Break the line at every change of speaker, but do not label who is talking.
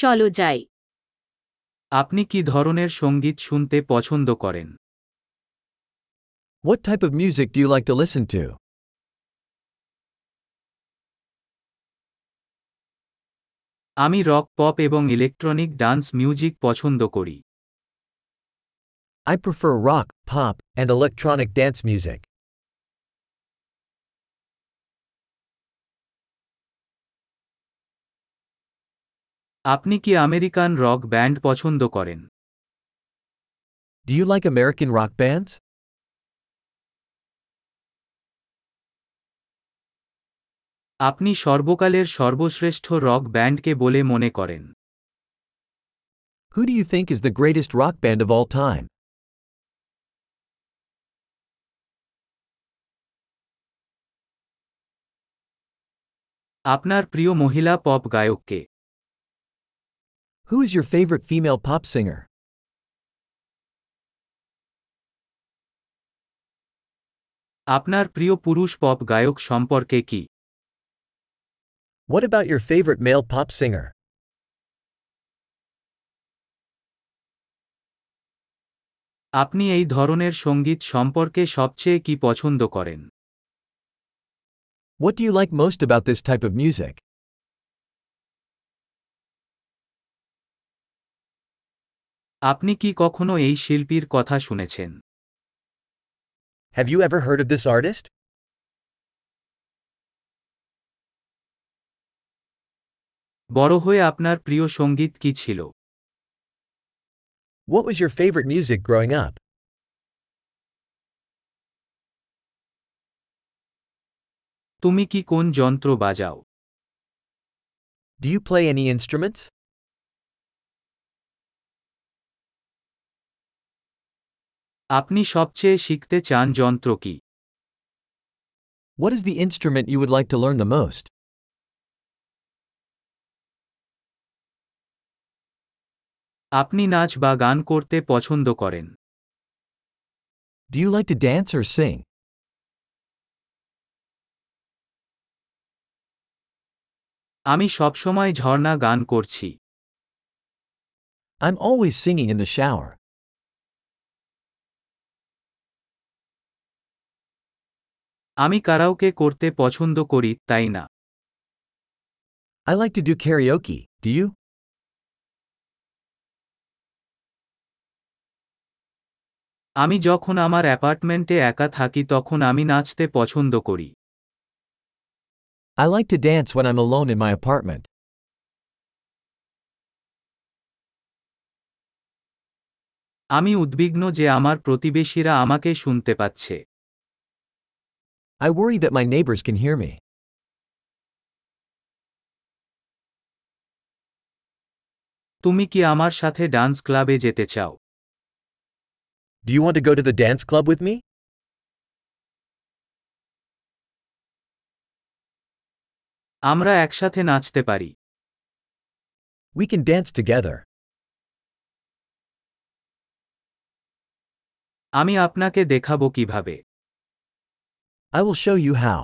চলো যাই
আপনি কি ধরনের সঙ্গীত শুনতে পছন্দ করেন
What type of music do you like to listen to?
আমি রক পপ এবং ইলেকট্রনিক ডান্স মিউজিক পছন্দ করি
I prefer rock, pop, and electronic dance music.
আপনি কি আমেরিকান রক ব্যান্ড পছন্দ করেন
Do you like American rock bands?
আপনি সর্বকালের সর্বশ্রেষ্ঠ রক ব্যান্ডকে বলে মনে করেন
Who do you think is the greatest rock band of all time?
আপনার প্রিয় মহিলা পপ গায়ককে
Who is your favorite female pop singer?
আপনার প্রিয় পুরুষ পপ গায়ক সম্পর্কে কি
What about your favorite male pop singer?
আপনি এই ধরনের সঙ্গীত সম্পর্কে সবচেয়ে কি পছন্দ করেন
What do you like most about this type of music?
আপনি কি কখনো এই শিল্পীর কথা শুনেছেন
Have you ever heard of this artist?
বড় হয়ে আপনার প্রিয় সঙ্গীত কি ছিল
What was your favorite music growing up?
তুমি কি কোন যন্ত্র বাজাও
Do you play any instruments?
আপনি সবচেয়ে শিখতে চান যন্ত্র কি
What is the instrument you would like to learn the most?
আপনি নাচ বা গান করতে পছন্দ করেন
Do you like to dance or sing?
আমি সবসময় ঝর্ণা গান করছি
I'm always singing in the shower.
আমি কারাওকে করতে পছন্দ করি তাই না
I like to do karaoke, do you?
আমি যখন আমার অ্যাপার্টমেন্টে একা থাকি তখন আমি নাচতে পছন্দ করি
I like to dance when I'm alone in my apartment.
আমি উদ্বিগ্ন যে আমার প্রতিবেশীরা আমাকে শুনতে পাচ্ছে
I worry that my neighbors can hear me.
তুমি কি আমার সাথে ডান্স ক্লাবে যেতে চাও
Do you want to go to the dance club with me?
আমরা একসাথে নাচতে পারি
We can dance together.
আমি আপনাকে দেখাবো কিভাবে
I will show you how.